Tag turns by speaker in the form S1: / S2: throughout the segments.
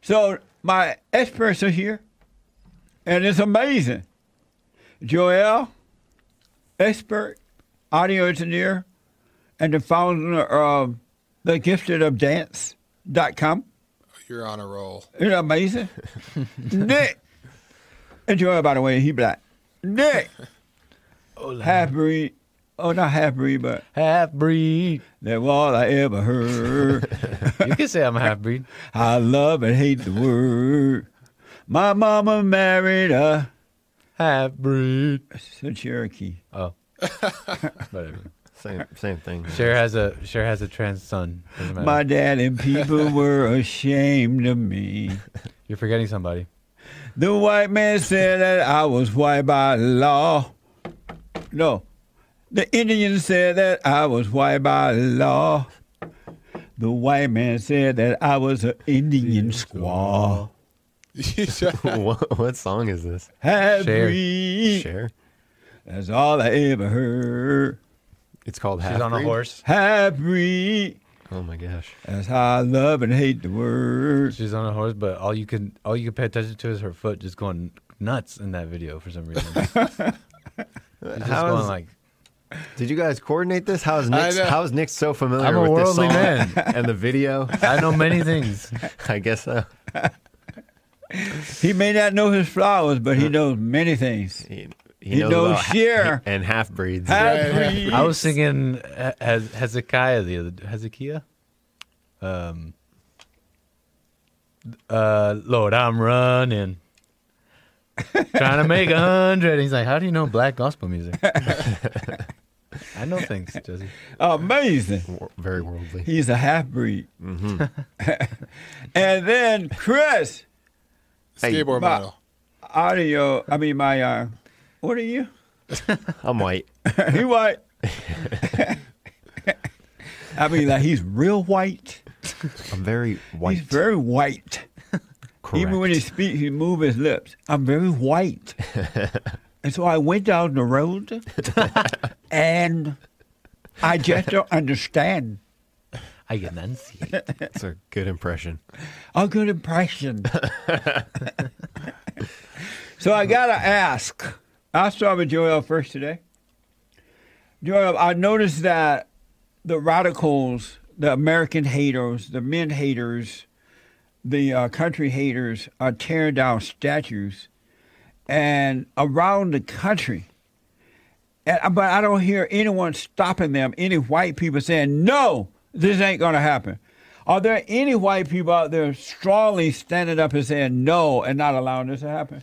S1: So my experts are here, and it's amazing. Joel, expert audio engineer, and the founder of the gifted of dance.com.
S2: You're on a roll.
S1: Isn't that amazing? Nick, and Joel, by the way, he black. Nick, half breed. Oh, not half breed, but
S3: Half breed.
S1: that's all I ever heard.
S3: You can say I'm a half breed.
S1: I love and hate the word. My mama married a,
S3: Half breed.
S1: a Cherokee.
S3: Oh, whatever.
S4: Same same thing.
S3: Cher has a Cher has a trans son. Doesn't matter.
S1: My dad and people were ashamed of me.
S3: You're forgetting somebody.
S1: The white man said that I was white by law. No. The Indian said that I was white by law. The white man said that I was an Indian squaw.
S4: what, what song is this?
S1: Half
S3: Share.
S1: breed.
S4: Share.
S1: That's all I ever heard.
S4: It's called Half
S3: She's on a horse.
S1: Half breed.
S4: Oh my gosh.
S1: That's how I love and hate the word.
S3: She's on a horse, but all you can all you can pay attention to is her foot just going nuts in that video for some reason. She's just
S4: How
S3: going
S4: is-
S3: like
S4: Did you guys coordinate this? How's
S2: I
S4: Nick?
S2: know.
S4: How's Nick so familiar
S3: I'm a
S4: with this
S3: worldly
S4: song
S3: man.
S4: and the video?
S3: I know many things.
S4: I guess uh, so.
S1: He may not know his flowers, but he knows many things.
S4: He,
S1: You know
S4: about ha-
S1: Cher.
S4: and half breeds.
S1: Half
S2: yeah.
S1: breed.
S3: I was singing He- Hez- Hezekiah the other Hezekiah. Um, uh, Lord, I'm running, trying to make a hundred. He's like, "How do you know black gospel music?" I know things, Jesse.
S1: Amazing.
S4: Very worldly.
S1: He's a half breed. and then Chris,
S4: Hey,
S2: Skateboard
S1: Ma-
S2: model.
S1: audio. I mean, my. Uh, what are you?
S4: I'm white.
S1: he white. I mean, like he's real white.
S4: I'm very white.
S1: He's very white.
S4: Correct.
S1: Even when he speaks, he move his lips. I'm very white. and so I went down the road, and I just don't understand.
S3: I enunciate.
S4: That's a good impression.
S1: A good impression. so I gotta ask. I'll start with Joel first today. Joel, I noticed that the radicals, the American haters, the men haters, the uh, country haters are tearing down statues and around the country. And, uh, but I don't hear anyone stopping them, any white people saying, no, this ain't going to happen. Are there any white people out there strongly standing up and saying no and not allowing this to happen?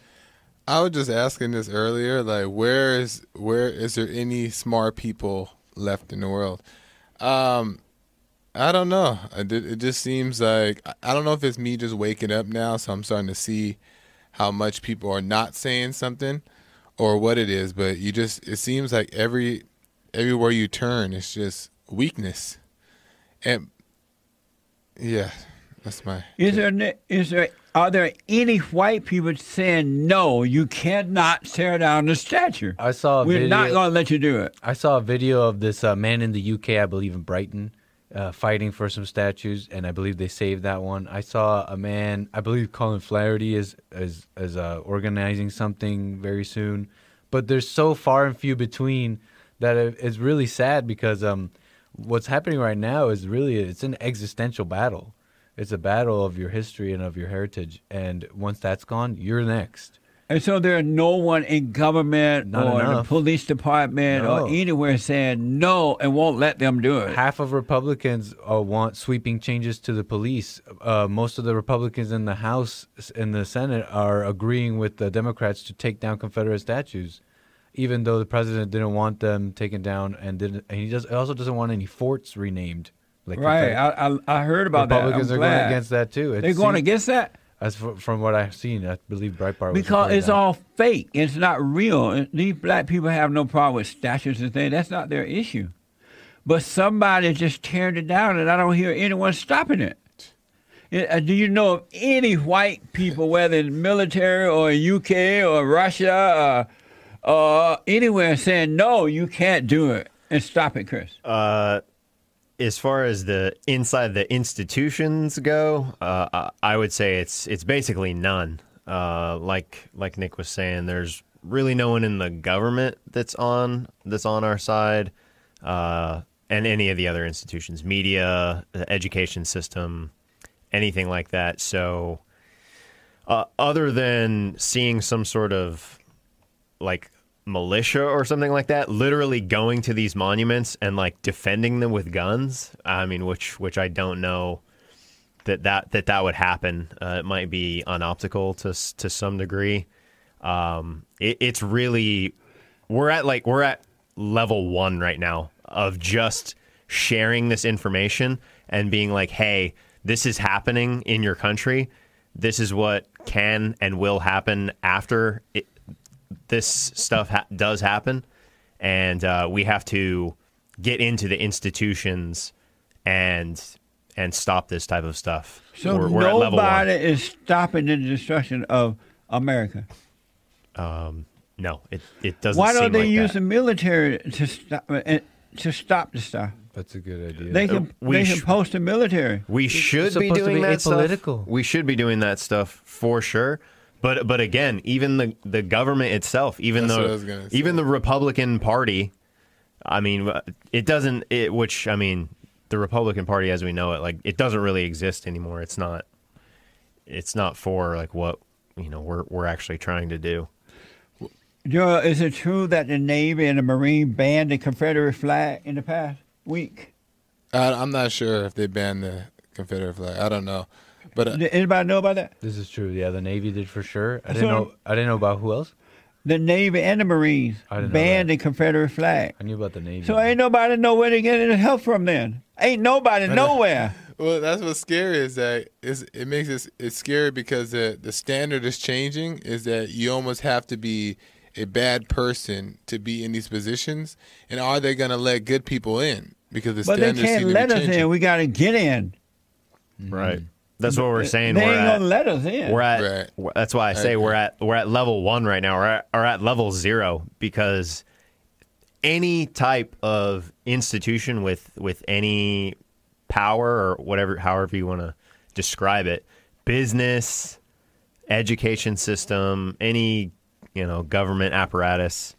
S2: I was just asking this earlier, like where is where is there any smart people left in the world? Um I don't know. I did- It just seems like I- I don't know if it's me just waking up now, so I'm starting to see how much people are not saying something or what it is, but you just it seems like every everywhere you turn it's just weakness. And yeah, that's my
S1: Is there ne- is there are there any white people saying no? You cannot tear down the statue.
S3: I saw a
S1: We're
S3: video.
S1: not going to let you do it.
S3: I saw a video of this uh, man in the UK, I believe in Brighton, uh, fighting for some statues, and I believe they saved that one. I saw a man, I believe Colin Flaherty is is is uh, organizing something very soon, but there's so far and few between that it- it's really sad because um, what's happening right now is really it's an existential battle. It's a battle of your history and of your heritage, and once that's gone, you're next.
S1: And so there's no one in government
S3: Not
S1: or the
S3: enough.
S1: police department
S3: No.
S1: or anywhere saying no and won't let them do it.
S3: half of Republicans uh, want sweeping changes to the police. Uh, most of the Republicans in the House and the Senate are agreeing with the Democrats to take down Confederate statues, even though the president didn't want them taken down, and didn't. And he does also doesn't want any forts renamed. Like
S1: right?
S3: Confederate-
S1: I, I I heard about
S3: Republicans
S1: that.
S3: are
S1: I'm glad.
S3: going against that too. It
S1: They're going
S3: seems-
S1: against that.
S3: as fr- from what I've seen. I believe Breitbart was
S1: Because
S3: reporting
S1: it's
S3: that.
S1: all fake. It's not real. And These black people have no problem with statues and things. That's not their issue. But somebody just tearing it down, and I don't hear anyone stopping it. Yeah, uh, Do you know of any white people, whether in military or UK or Russia or uh, anywhere, saying no, you can't do it and stop it, Chris?
S4: Uh, as far as the inside the institutions go, uh, I- I would say it's it's basically none. Uh, like like Nick was saying, there's really no one in the government that's on that's on our side, uh, and any of the other institutions, media, the education system, anything like that. So, uh, other than seeing some sort of like militia or something like that literally going to these monuments and like defending them with guns i mean which which i don't know that that that, that would happen uh, it might be unoptical to s- to some degree um it, it's really we're at like we're at level one right now of just sharing this information and being like hey this is happening in your country this is what can and will happen after it, this stuff ha- does happen, and uh, we have to get into the institutions and and stop this type of stuff.
S1: So
S4: we're, we're at level
S1: nobody
S4: one.
S1: is stopping the destruction of America.
S4: No, it it doesn't.
S1: Why don't
S4: seem
S1: they
S4: like
S1: use
S4: that.
S1: the military to stop and to stop the stuff?
S3: That's a good idea.
S1: They can
S4: uh, we
S1: they
S4: sh-
S1: can post the military.
S4: We should be
S3: supposed to
S4: doing
S3: be
S4: that
S3: apolitical.
S4: stuff. We should be doing that stuff for sure. But but again, even the the government itself, even
S2: That's what I was
S4: though
S2: gonna say.
S4: even the Republican Party, I mean, it doesn't. It which I mean, the Republican Party as we know it, like it doesn't really exist anymore. It's not. It's not for like what you know we're we're actually trying to do.
S1: Joe, is it true that the Navy and the Marine banned the Confederate flag in the past week?
S2: I, I'm not sure if they banned the Confederate flag. I don't know, but uh,
S1: Did anybody know about that?
S3: This is true. Yeah, the Navy did for sure. I didn't
S1: So-
S3: know. I didn't know about who else.
S1: The Navy and the Marines
S3: I didn't know
S1: banned
S3: that.
S1: the Confederate flag.
S3: I knew about the Navy.
S1: So ain't nobody know where to get any help from then. Ain't nobody nowhere.
S2: well, that's what's scary is that it's, it makes it it's scary because the the standard is changing. Is that you almost have to be a bad person to be in these positions, and are they going to let good people in? Because the
S1: But they
S2: standards
S1: can't
S2: seem to
S1: let
S2: be
S1: us
S2: changing.
S1: in. We gotta get in.
S2: Mm-hmm.
S4: Right. That's what we're saying.
S1: they
S4: we're
S1: ain't
S4: at,
S1: gonna let us in.
S4: We're at.
S2: Right.
S4: w- That's why I say we're at. We're at level one right now. We're at, we're at level zero because any type of institution with with any power or whatever, however you want to describe it, business, education system, any you know government apparatus,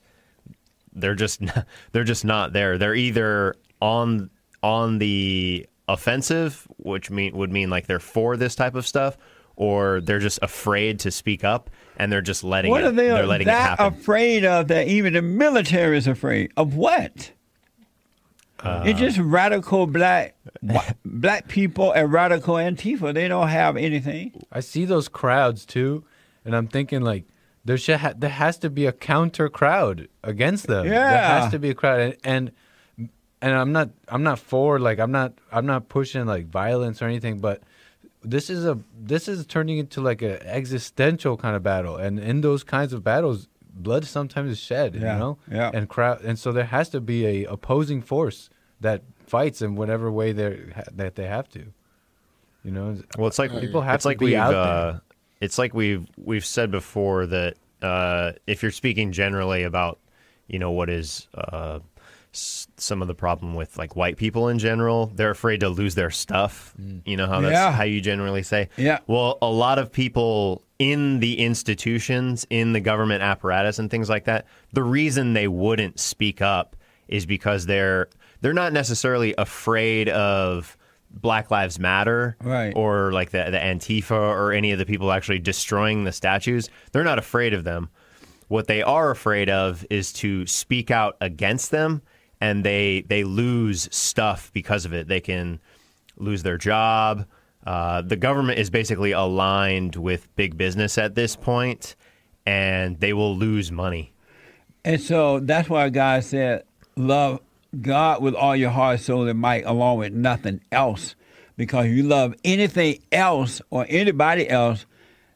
S4: they're just they're just not there. They're either on on the offensive, which mean would mean like they're for this type of stuff, or they're just afraid to speak up and they're just letting
S1: What
S4: it,
S1: are they
S4: are letting it
S1: that
S4: happen.
S1: afraid of that even the military is afraid of? What?
S4: Uh,
S1: it's just radical black wha- black people and radical Antifa. They don't have anything.
S3: I see those crowds too, and I'm thinking like there should ha- there has to be a counter crowd against them. there
S1: Yeah.
S3: has to be a crowd, and, and and I'm not I'm not for like I'm not I'm not pushing like violence or anything, but this is a this is turning into like an existential kind of battle, and in those kinds of battles, blood sometimes is shed,
S1: Yeah,
S3: you know,
S1: yeah.
S3: and crowd, and so there has to be a opposing force that fights in whatever way they are that they have to. You know,
S4: Well, it's like
S3: people have
S4: it's
S3: to
S4: like
S3: be
S4: we've,
S3: out
S4: uh,
S3: there.
S4: It's like we've we've said before that uh, if you're speaking generally about you know what is uh, s- some of the problem with like white people in general, they're afraid to lose their stuff. You know how that's
S1: Mm. Yeah.
S4: how you generally say.
S1: Yeah.
S4: Well, a lot of people in the institutions, in the government apparatus, and things like that, the reason they wouldn't speak up is because they're they're not necessarily afraid of Black Lives Matter
S1: Right.
S4: or like the, the Antifa or any of the people actually destroying the statues. They're not afraid of them. What they are afraid of is to speak out against them and they they lose stuff because of it. They can lose their job. Uh, the government is basically aligned with big business at this point, and they will lose money.
S1: And so that's why God said, Love God with all your heart, soul, and might, along with nothing else. Because you love anything else or anybody else,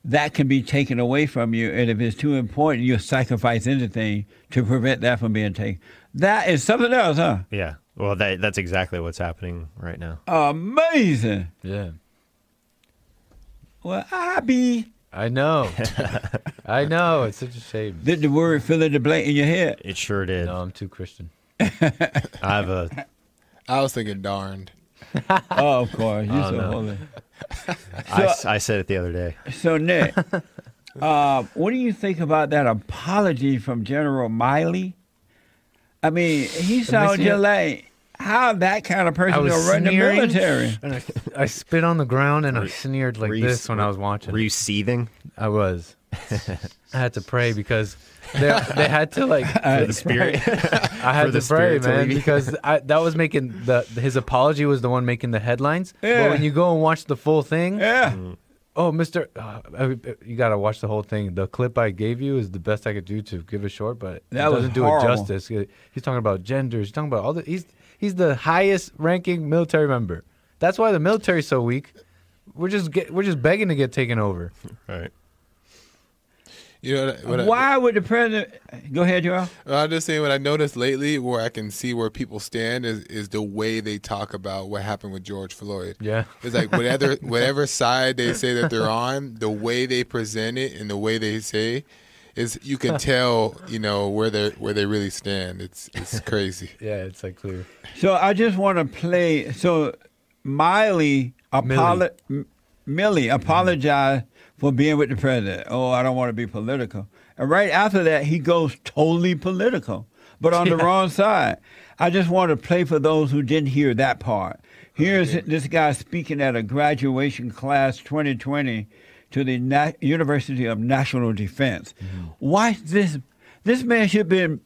S1: that can be taken away from you. And if it's too important, you'll sacrifice anything to prevent that from being taken. That is something else, huh?
S4: Yeah. Well, that, that's exactly what's happening right now.
S1: Amazing.
S3: yeah.
S1: Well, I be.
S3: I know. I know. It's such a shame.
S1: Did the word fill in the blank in your head?
S4: It sure did.
S3: No, I'm too Christian.
S4: I have a
S2: I was thinking darned.
S1: Oh, of course. You're so
S4: no.
S1: holy.
S4: I, s- I said it the other day.
S1: So, Nick, uh, what do you think about that apology from General Miley? I mean, he sounded
S3: you-
S1: just like how that kind of person
S3: I
S1: to
S3: was
S1: run the
S3: sneering,
S1: military.
S3: and I, I spit on the ground and I sneered like
S4: were you
S3: this
S4: s-
S3: when I was watching.
S4: Were you seething?
S3: I was. I had to pray because they they had to like
S4: For the spirit.
S3: I had
S4: the
S3: to pray,
S4: spirit to
S3: man,
S4: leave you.
S3: because I, that was making the his apology was the one making the headlines.
S1: Yeah.
S3: But when you go and watch the full thing,
S1: Yeah.
S3: oh, Mister, uh, I- you gotta watch the whole thing. The clip I gave you is the best I could do to give it short, but
S1: That
S3: it
S1: was
S3: doesn't do it
S1: horrible.
S3: justice. He's talking about genders. He's talking about all the. He's he's the highest ranking military member. That's why the military's so weak. We're just get, we're just begging to get taken over.
S4: right.
S2: You know what? I- what I,
S1: Why would the president? Go ahead, Joel.
S2: I'll just say what I noticed lately, where I can see where people stand is is the way they talk about what happened with George Floyd.
S3: Yeah.
S2: It's like whatever whatever side they say that they're on, the way they present it and the way they say is you can tell, you know, where they where they really stand. It's it's crazy.
S3: Yeah, it's like clear.
S1: So I just want to play. So Miley apolo- M- Millie apologized for being with the president. Oh, I don't want to be political. And right after that, he goes totally political, but on the wrong side. I just want to play for those who didn't hear that part. Here's this guy speaking at a graduation class 2020 to the Na- University of National Defense. Why this? This man should have been.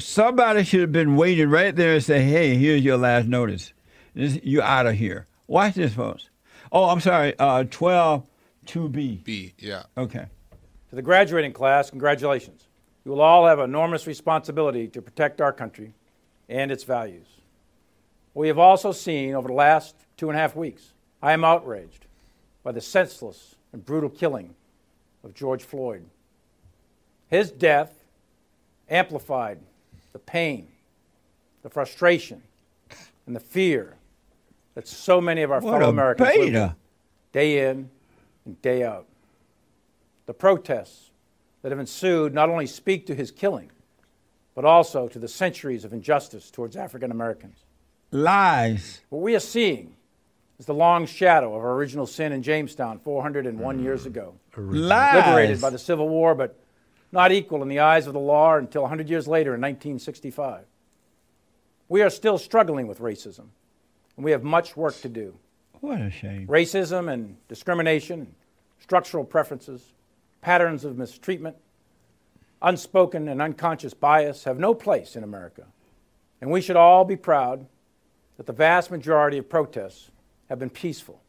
S1: Somebody should have been waiting right there and say, "Hey, here's your last notice. This, you're out of here." Watch this, folks. Oh, I'm sorry. Uh, Twelve two B.
S2: B, yeah.
S1: Okay.
S5: To the graduating class, congratulations. You will all have enormous responsibility to protect our country and its values. We have also seen over the last two and a half weeks, I am outraged by the senseless and brutal killing of George Floyd. His death amplified the pain, the frustration, and the fear that so many of our
S1: What
S5: fellow
S1: a
S5: Americans live with
S1: beta.
S5: day in and day out. The protests that have ensued not only speak to his killing, but also to the centuries of injustice towards African Americans.
S1: Lies.
S5: What we are seeing is the long shadow of our original sin in Jamestown 401 years ago,
S1: Lies.
S5: liberated by the Civil War, but not equal in the eyes of the law until 100 years later in 1965. We are still struggling with racism, and we have much work to do
S1: What a shame.
S5: racism and discrimination, structural preferences, patterns of mistreatment, unspoken and unconscious bias have no place in America. And we should all be proud that the vast majority of protests have been peaceful.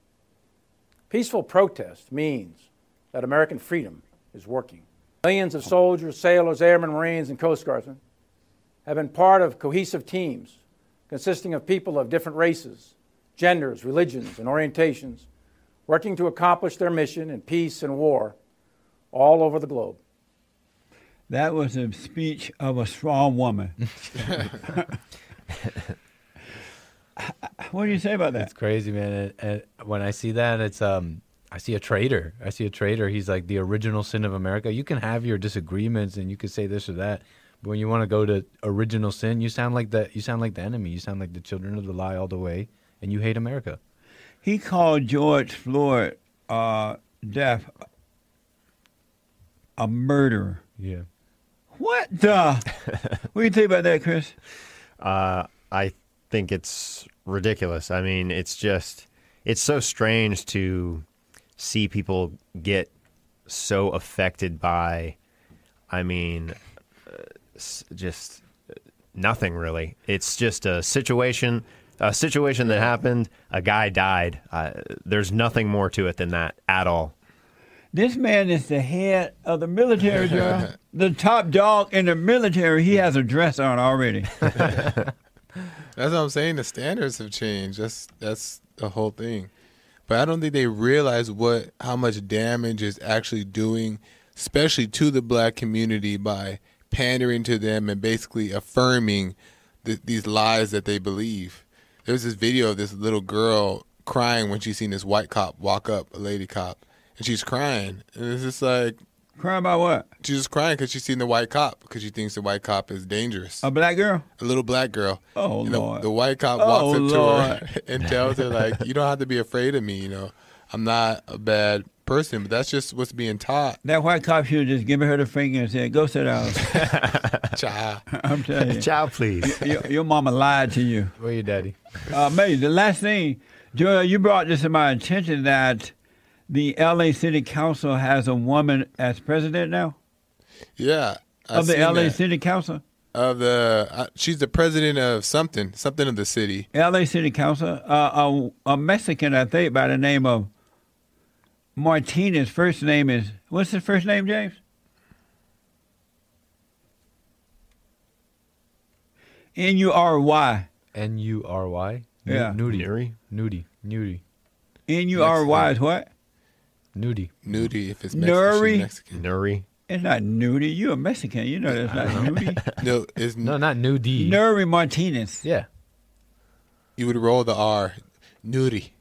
S5: Peaceful protest means that American freedom is working. Millions of soldiers, sailors, airmen, Marines, and Coast Guardsmen have been part of cohesive teams consisting of people of different races, genders, religions, and orientations, working to accomplish their mission in peace and war all over the globe.
S1: That was a speech of a strong woman. what do you say about that?
S3: It's crazy, man. And, and when I see that, it's um, I see a traitor. I see a traitor. He's like the original sin of America. You can have your disagreements and you can say this or that, but when you want to go to original sin, you sound like the you sound like the enemy. You sound like the children of the lie all the way, and you hate America.
S1: He called George Floyd uh, death a murderer.
S3: Yeah.
S1: What the? what do you think about that, Chris?
S4: Uh, I think it's ridiculous. I mean, it's just, it's so strange to see people get so affected by, I mean, uh, s- just uh, nothing really. It's just a situation, a situation that happened. A guy died. Uh, there's nothing more to it than that at all.
S1: This man is the head of the military, Joe. the top dog in the military. He has a dress on already.
S2: That's what I'm saying. The standards have changed. That's that's the whole thing. But I don't think they realize what how much damage is actually doing, especially to the black community by pandering to them and basically affirming th- these lies that they believe. There's this video of this little girl crying when she's seen this white cop walk up a lady cop, and she's crying, and it's just like
S1: Crying about what?
S2: She's just crying because she's seen the white cop because she thinks the white cop is dangerous.
S1: A black girl?
S2: a little black girl.
S1: Oh,
S2: And the,
S1: Lord.
S2: the white cop walks
S1: Oh,
S2: up to her and tells her like, "You don't have to be afraid of me. You know, I'm not a bad person." But that's just what's being taught,
S1: That white cop should have just given her the finger and said, "Go sit down."
S2: child.
S1: I'm telling you,
S4: Child, please.
S1: your, your mama lied to you.
S3: Where your daddy?
S1: Uh, May, the last thing, Joel, you brought this to my attention that the L.A. City Council has a woman as president now
S2: Yeah. I've
S1: of the
S2: seen
S1: L.A.
S2: that.
S1: City Council.
S2: of the uh, she's the president of something, something of the city.
S1: L.A. City Council, uh, a, a Mexican, I think, by the name of Martinez. First name is what's his first name, James? N U R Y.
S3: N U R Y.
S1: Yeah.
S3: Nudie.
S4: Nuri?
S3: Nudie. Nudie.
S1: N U R Y is what?
S3: Nudie.
S2: Nudie, if it's Mexican,
S1: Nuri.
S2: she's Mexican.
S4: Nuri.
S1: It's not nudie. You're a Mexican. You know that's not nudie.
S2: No, is
S3: No, not nudie.
S1: Nuri Martinez.
S3: Yeah.
S2: you would roll the R, Nudie,